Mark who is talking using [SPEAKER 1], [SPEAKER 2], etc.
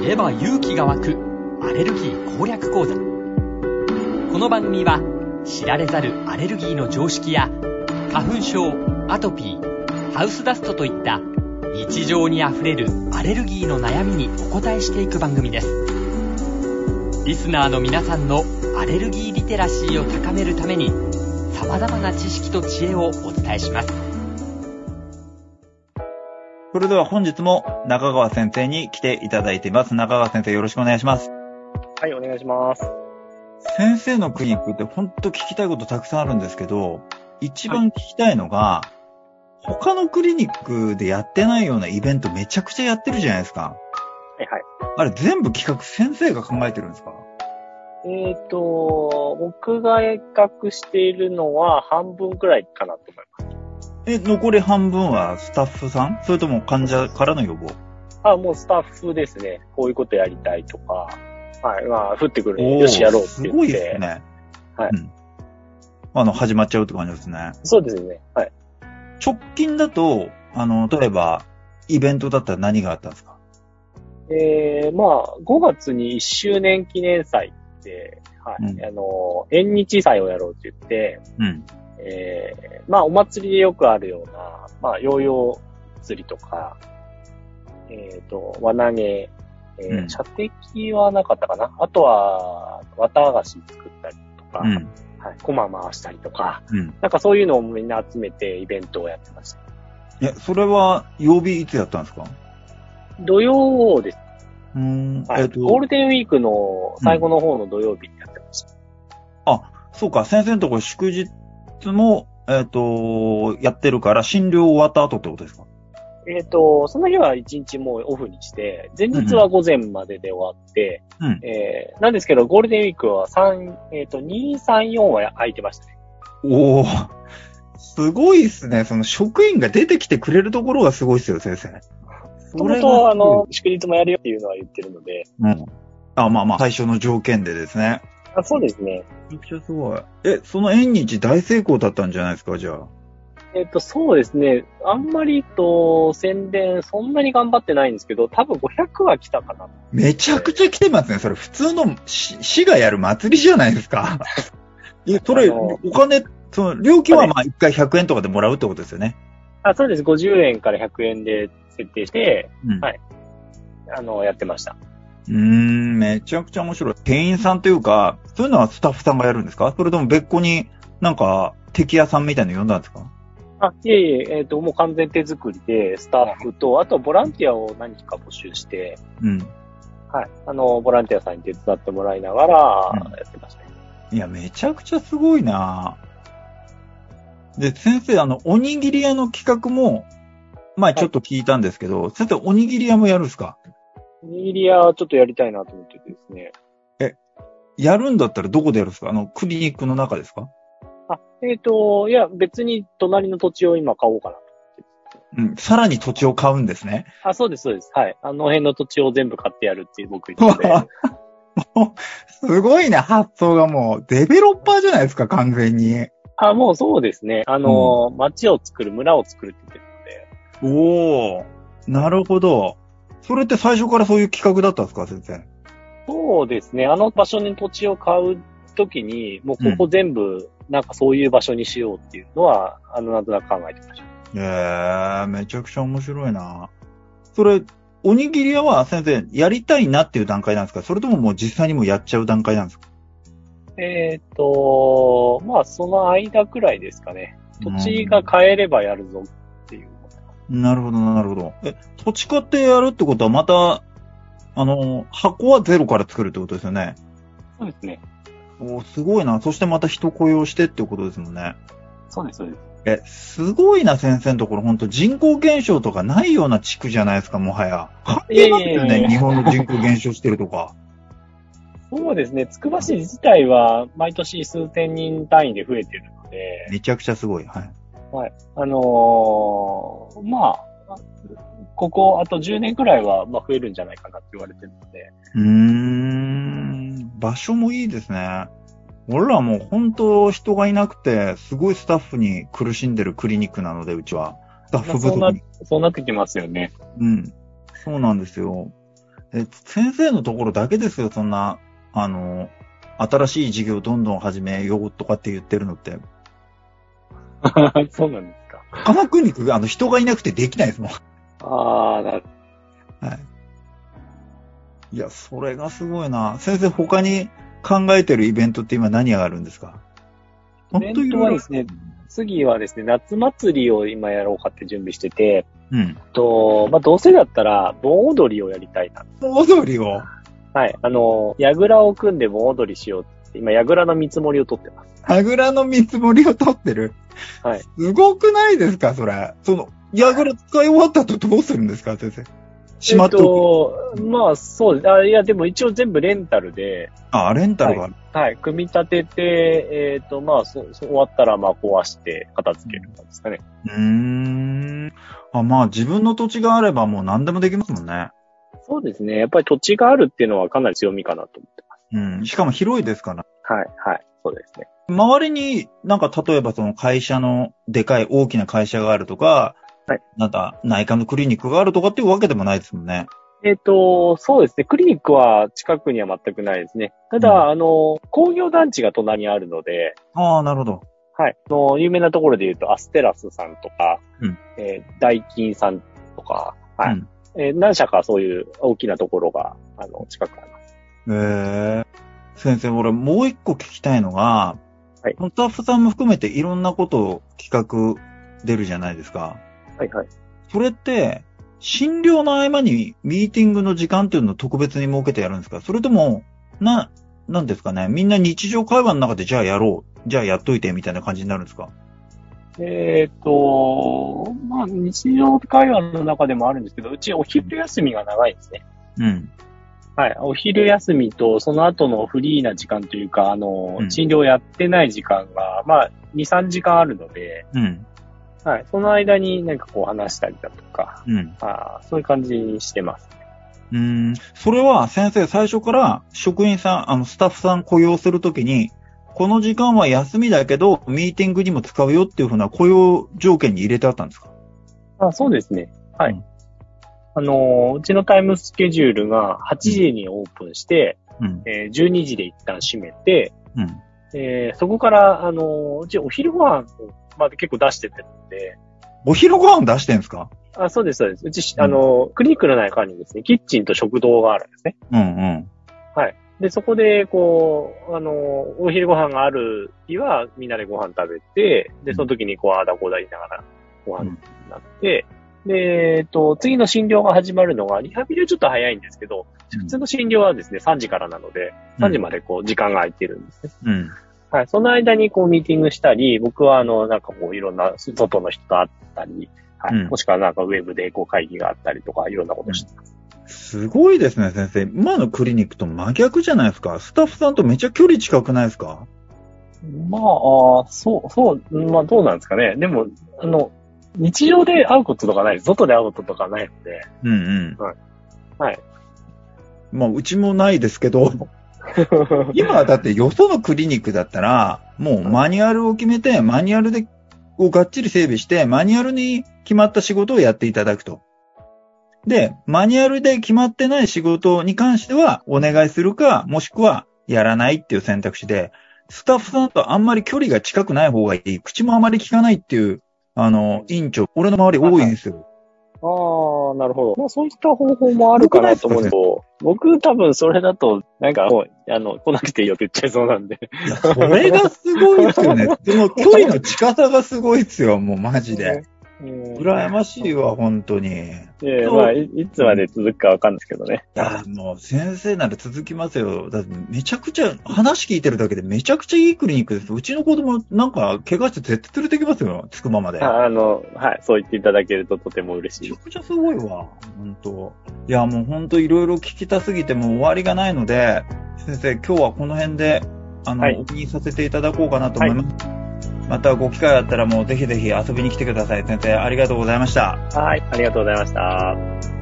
[SPEAKER 1] 知れば勇気が湧くアレルギー攻略講座この番組は知られざるアレルギーの常識や花粉症アトピーハウスダストといった日常にあふれるアレルギーの悩みにお答えしていく番組ですリスナーの皆さんのアレルギーリテラシーを高めるために様々な知識と知恵をお伝えします
[SPEAKER 2] それでは本日も中川先生に来ていただいています。中川先生よろしくお願いします。
[SPEAKER 3] はい、お願いします。
[SPEAKER 2] 先生のクリニックって本当聞きたいことたくさんあるんですけど、一番聞きたいのが、他のクリニックでやってないようなイベントめちゃくちゃやってるじゃないですか。
[SPEAKER 3] はいはい。
[SPEAKER 2] あれ全部企画先生が考えてるんですか
[SPEAKER 3] えっ、と、僕が計画しているのは半分くらいかなと思います。
[SPEAKER 2] え、残り半分はスタッフさんそれとも患者からの予防
[SPEAKER 3] あ、もうスタッフですね。こういうことやりたいとか、はい、まあ、降ってくる
[SPEAKER 2] お
[SPEAKER 3] ん
[SPEAKER 2] ー
[SPEAKER 3] でよしやろうって
[SPEAKER 2] す
[SPEAKER 3] 言って。
[SPEAKER 2] ごいですね。
[SPEAKER 3] はい
[SPEAKER 2] うんあの、始まっちゃうって感じですね。
[SPEAKER 3] そうですね。はい。
[SPEAKER 2] 直近だと、あの、例えば、イベントだったら何があったんですか
[SPEAKER 3] えー、まあ、5月に1周年記念祭って、はい、
[SPEAKER 2] うん
[SPEAKER 3] あの、縁日祭をやろうって言って、
[SPEAKER 2] うん。
[SPEAKER 3] えー、まあ、お祭りでよくあるような、まあ、ヨーヨー釣りとか、えっ、と、輪投げ、えー
[SPEAKER 2] うん
[SPEAKER 3] 射的はなかったかな。あとは、綿菓子作ったりとか、
[SPEAKER 2] うん。
[SPEAKER 3] はい、コマ回したりとか、
[SPEAKER 2] うん。
[SPEAKER 3] なんかそういうのをみんな集めてイベントをやってました。
[SPEAKER 2] いや、それは、曜日いつやったんですか
[SPEAKER 3] 土曜です。
[SPEAKER 2] うーん。
[SPEAKER 3] はい
[SPEAKER 2] えっと、
[SPEAKER 3] ゴールデンウィークの最後の方の土曜日にやってました。
[SPEAKER 2] そうか、先生のところ祝日も、えっと、やってるから、診療終わった後ってことですか
[SPEAKER 3] えっ、と、その日は一日もうオフにして、前日は午前までで終わって、
[SPEAKER 2] うん。
[SPEAKER 3] えーなんですけど、ゴールデンウィークは3、えっ、と、2、3、4は空いてましたね。
[SPEAKER 2] おお。すごいっすね。その職員が出てきてくれるところがすごいっすよ、先生。そ
[SPEAKER 3] 本
[SPEAKER 2] れ
[SPEAKER 3] 当
[SPEAKER 2] は
[SPEAKER 3] は、あの、祝日もやるよっていうのは言ってるので。
[SPEAKER 2] うん。あ、まあまあ、最初の条件でですね。
[SPEAKER 3] あそうですね。
[SPEAKER 2] めちゃくちゃすごい。え、その縁日大成功だったんじゃないですか、じゃあ。
[SPEAKER 3] えっ、と、そうですね。あんまりと、宣伝、そんなに頑張ってないんですけど、多分500は来たかな。
[SPEAKER 2] めちゃくちゃ来てますね。それ普通の市市がやる祭りじゃないです か。いやそれ、
[SPEAKER 3] あの
[SPEAKER 2] お金、その料金はまあ1回100円とかでもらうってことですよね。
[SPEAKER 3] あ、そうです。50円から100円で設定して、
[SPEAKER 2] うん。
[SPEAKER 3] はいあの、やってました。
[SPEAKER 2] うーん、めちゃくちゃ面白い。店員さんというか、そういうのはスタッフさんがやるんですかそれとも別個になんか、敵屋さんみたいなの呼んだんですか
[SPEAKER 3] あ、いえいえ、えっ、と、もう完全手作りで、スタッフと、あとボランティアを何人か募集して、
[SPEAKER 2] うん。
[SPEAKER 3] はい。あの、ボランティアさんに手伝ってもらいながら、やってましたね。
[SPEAKER 2] いや、めちゃくちゃすごいなで、先生、あの、おにぎり屋の企画も、前ちょっと聞いたんですけど、先生、おにぎり屋もやるんですか
[SPEAKER 3] おにぎり屋ちょっとやりたいなと思っててですね。
[SPEAKER 2] やるんだったらどこでやるんですかあの、クリニックの中ですか
[SPEAKER 3] あ、えっ、と、いや、別に隣の土地を今買おうかなと。
[SPEAKER 2] うん、さらに土地を買うんですね。
[SPEAKER 3] あ、そうです、そうです。はい。あの辺の土地を全部買ってやるっていう僕 言ってて。
[SPEAKER 2] すごいね、発想がもう、デベロッパーじゃないですか、完全に。
[SPEAKER 3] あ、もうそうですね。あのー、町を作る、村を作るって言ってるので。
[SPEAKER 2] おお、なるほど。それって最初からそういう企画だったんですか、先生。
[SPEAKER 3] そうですね。あの場所に土地を買うときに、もうここ全部、なんかそういう場所にしようっていうのは、あの、なんとなく考えてました。
[SPEAKER 2] ええー、めちゃくちゃ面白いな。それ、おにぎり屋は先生、やりたいなっていう段階なんですかそれとももう実際にもうやっちゃう段階なんですか
[SPEAKER 3] えっ、と、まあ、その間くらいですかね。土地が買えればやるぞっていう。
[SPEAKER 2] うんなるほど、なるほど。え、土地買ってやるってことはまた、あの、箱はゼロから作るってことですよね。
[SPEAKER 3] そうですね。
[SPEAKER 2] おーすごいな。そしてまた人雇用してってことですもんね。
[SPEAKER 3] そうです、そうです。
[SPEAKER 2] え、すごいな、先生のところ。本当人口減少とかないような地区じゃないですか、もはや。関係ないよ
[SPEAKER 3] いやいやい
[SPEAKER 2] ね、
[SPEAKER 3] や
[SPEAKER 2] 日本の人口減少してるとか。
[SPEAKER 3] そうですね。つくば市自体は毎年数千人単位で増えてるので、
[SPEAKER 2] めちゃくちゃすごい。はい。
[SPEAKER 3] あのーまあ、ここあと10年くらいは、まあ、増えるんじゃないかなって言われてるので、
[SPEAKER 2] うーん、場所もいいですね。俺らもう本当人がいなくて、すごいスタッフに苦しんでるクリニックなので、うちは。スタッフ不
[SPEAKER 3] まあそんな
[SPEAKER 2] 足に。
[SPEAKER 3] そうなってきますよね。
[SPEAKER 2] うん。そうなんですよ。え先生のところだけですよ、そんな、あの、新しい事業どんどん始めようとかって言ってるのって。
[SPEAKER 3] そうなんですか。
[SPEAKER 2] 他のクリニックがあの人がいなくてできないですもん。
[SPEAKER 3] ああ、なる
[SPEAKER 2] いや、それがすごいな。先生、他に考えてるイベントって今何があるんですか
[SPEAKER 3] イベントはですね、次はですね、夏祭りを今やろうかって準備してて、
[SPEAKER 2] うん。
[SPEAKER 3] と、まあ、どうせだったら、盆踊りをやりたいな。
[SPEAKER 2] 大通りを。
[SPEAKER 3] はい。あの、矢倉を組んで盆踊りしようって、今、矢倉の見積もりを取ってます。
[SPEAKER 2] あぐらの見積もりを取ってる。
[SPEAKER 3] はい。
[SPEAKER 2] すごくないですか、それ。その、ヤグラ使い終わった後どうするんですか、先生。しまっとく。
[SPEAKER 3] えっと、まあ、そうです。あいや、でも一応全部レンタルで、
[SPEAKER 2] あ、レンタルがある。
[SPEAKER 3] はい。組み立てて、えっ、と、まあ、そ、そ終わったら、まあ、壊して、片付けるんですかね。
[SPEAKER 2] うーん。あ、まあ自分の土地があればもう何でもできますもんね。
[SPEAKER 3] そうですね。やっぱり土地があるっていうのはかなり強みかなと思ってま
[SPEAKER 2] うん。しかも広いですから。
[SPEAKER 3] す。はい、はい。そうですね。
[SPEAKER 2] 周りになんか例えばその会社のでかい大きな会社があるとか、
[SPEAKER 3] はい。
[SPEAKER 2] なんか内科のクリニックがあるとかっていうわけでもないですもんね。
[SPEAKER 3] えっ、と、そうですね。クリニックは近くには全くないですね。ただ、
[SPEAKER 2] う
[SPEAKER 3] あの、工業団地が隣にあるので、
[SPEAKER 2] ああ、なるほど。
[SPEAKER 3] はい。あの有名なところで言うと、アステラスさんとか、
[SPEAKER 2] うん
[SPEAKER 3] えーダイキンさんとか、はい。
[SPEAKER 2] うん
[SPEAKER 3] えー何社かそういう大きなところが、あの、近くあります。
[SPEAKER 2] へえ。先生、俺もう一個聞きたいのが、
[SPEAKER 3] はい
[SPEAKER 2] スタッフさんも含めていろんなことを企画出るじゃないですか。
[SPEAKER 3] はい、はい。
[SPEAKER 2] それって、診療の合間にミーティングの時間っていうのを特別に設けてやるんですかそれとも、な、なんですかねみんな日常会話の中でじゃあやろう。じゃあやっといてみたいな感じになるんですか
[SPEAKER 3] えっ、と、まあ、日常会話の中でもあるんですけど、うちお昼休みが長いんですね。
[SPEAKER 2] うん。
[SPEAKER 3] はい。お昼休みと、その後のフリーな時間というか、あの、
[SPEAKER 2] うん
[SPEAKER 3] 診療やってない時間が、まあ、2、3時間あるので、
[SPEAKER 2] うん。
[SPEAKER 3] はい。その間になんかこう話したりだとか、
[SPEAKER 2] うん。
[SPEAKER 3] あーそういう感じにしてます。
[SPEAKER 2] うーん。それは先生最初から職員さん、あのスタッフさん雇用するときに、この時間は休みだけど、ミーティングにも使うよっていうふうな雇用条件に入れてあったんですか
[SPEAKER 3] あそうですね。はい。
[SPEAKER 2] うん
[SPEAKER 3] あの、うちのタイムスケジュールが8時にオープンして、
[SPEAKER 2] うん。
[SPEAKER 3] えー12時で一旦閉めて、
[SPEAKER 2] うん。
[SPEAKER 3] えーそこから、あの、うちお昼ご飯をまあ、結構出しててるので、
[SPEAKER 2] お昼ご飯出してんですか
[SPEAKER 3] あ、そうです、そうです。うちし、
[SPEAKER 2] うん
[SPEAKER 3] あの、クリニックの中にですね、キッチンと食堂があるんですね。
[SPEAKER 2] うんうん。
[SPEAKER 3] で、そこで、こう、あの、お昼ご飯がある日は、みんなでご飯食べて、で、その時に、こう、ああだこうだ言いながら、ご飯になって、で、えっと、次の診療が始まるのが、リハビリはちょっと早いんですけど、普通の診療はですね、3時からなので、3時までこう、時間が空いてるんですね。
[SPEAKER 2] うん。
[SPEAKER 3] はい。その間に、こう、ミーティングしたり、僕は、あの、なんかこう、いろんな、外の人と会ったり、はい。
[SPEAKER 2] うん
[SPEAKER 3] もしくは、なんか、ウェブで、こう、会議があったりとか、いろんなことしてます。
[SPEAKER 2] すごいですね、先生。今のクリニックと真逆じゃないですか。スタッフさんとめちゃ距離近くないですか
[SPEAKER 3] まあ、あーそう、そう、まあどうなんですかね。でも、あの、日常で会うこととかない、外で会うこととかないの で、
[SPEAKER 2] うんうん。
[SPEAKER 3] はい。
[SPEAKER 2] まあ、うちもないですけど、今はだってよそのクリニックだったら、もうマニュアルを決めて、マニュアルで、をがっちり整備して、マニュアルに決まった仕事をやっていただくと。で、マニュアルで決まってない仕事に関しては、お願いするか、もしくは、やらないっていう選択肢で、スタッフさんとあんまり距離が近くない方がいい。口もあまり聞かないっていう、あの、委員長、俺の周り多いんですよ。
[SPEAKER 3] ああ、なるほど。まあそういった方法もあるかなと思うんですけど、僕多分それだと、なんかもう、あの、来なくていいよって言っちゃいそうなんで。
[SPEAKER 2] いや、それがすごいですよ ね。その距離の近さがすごいですよ、もうマ ジで。
[SPEAKER 3] うん。
[SPEAKER 2] 羨ましいわ、本当に。い
[SPEAKER 3] ええまあい、いつまで続くかわかんないですけどね。
[SPEAKER 2] や、もう先生なら続きますよ。だってめちゃくちゃ、話聞いてるだけでめちゃくちゃいいクリニックです。うちの子供なんか怪我して絶対連れてきますよ、つくままで。
[SPEAKER 3] ああの、はい、そう言っていただけるととても嬉し
[SPEAKER 2] め
[SPEAKER 3] い
[SPEAKER 2] ち
[SPEAKER 3] で
[SPEAKER 2] ゃくちゃすごいわ、本当いや、もう本当いろいろ聞きたすぎてもう終わりがないので、先生、今日はこの辺で、あの、
[SPEAKER 3] はい
[SPEAKER 2] お気にさせていただこうかなと思います。またご機会あったらもうぜひぜひ遊びに来てください。先生、ありがとうございました。
[SPEAKER 3] す。はい、ありがとうございました。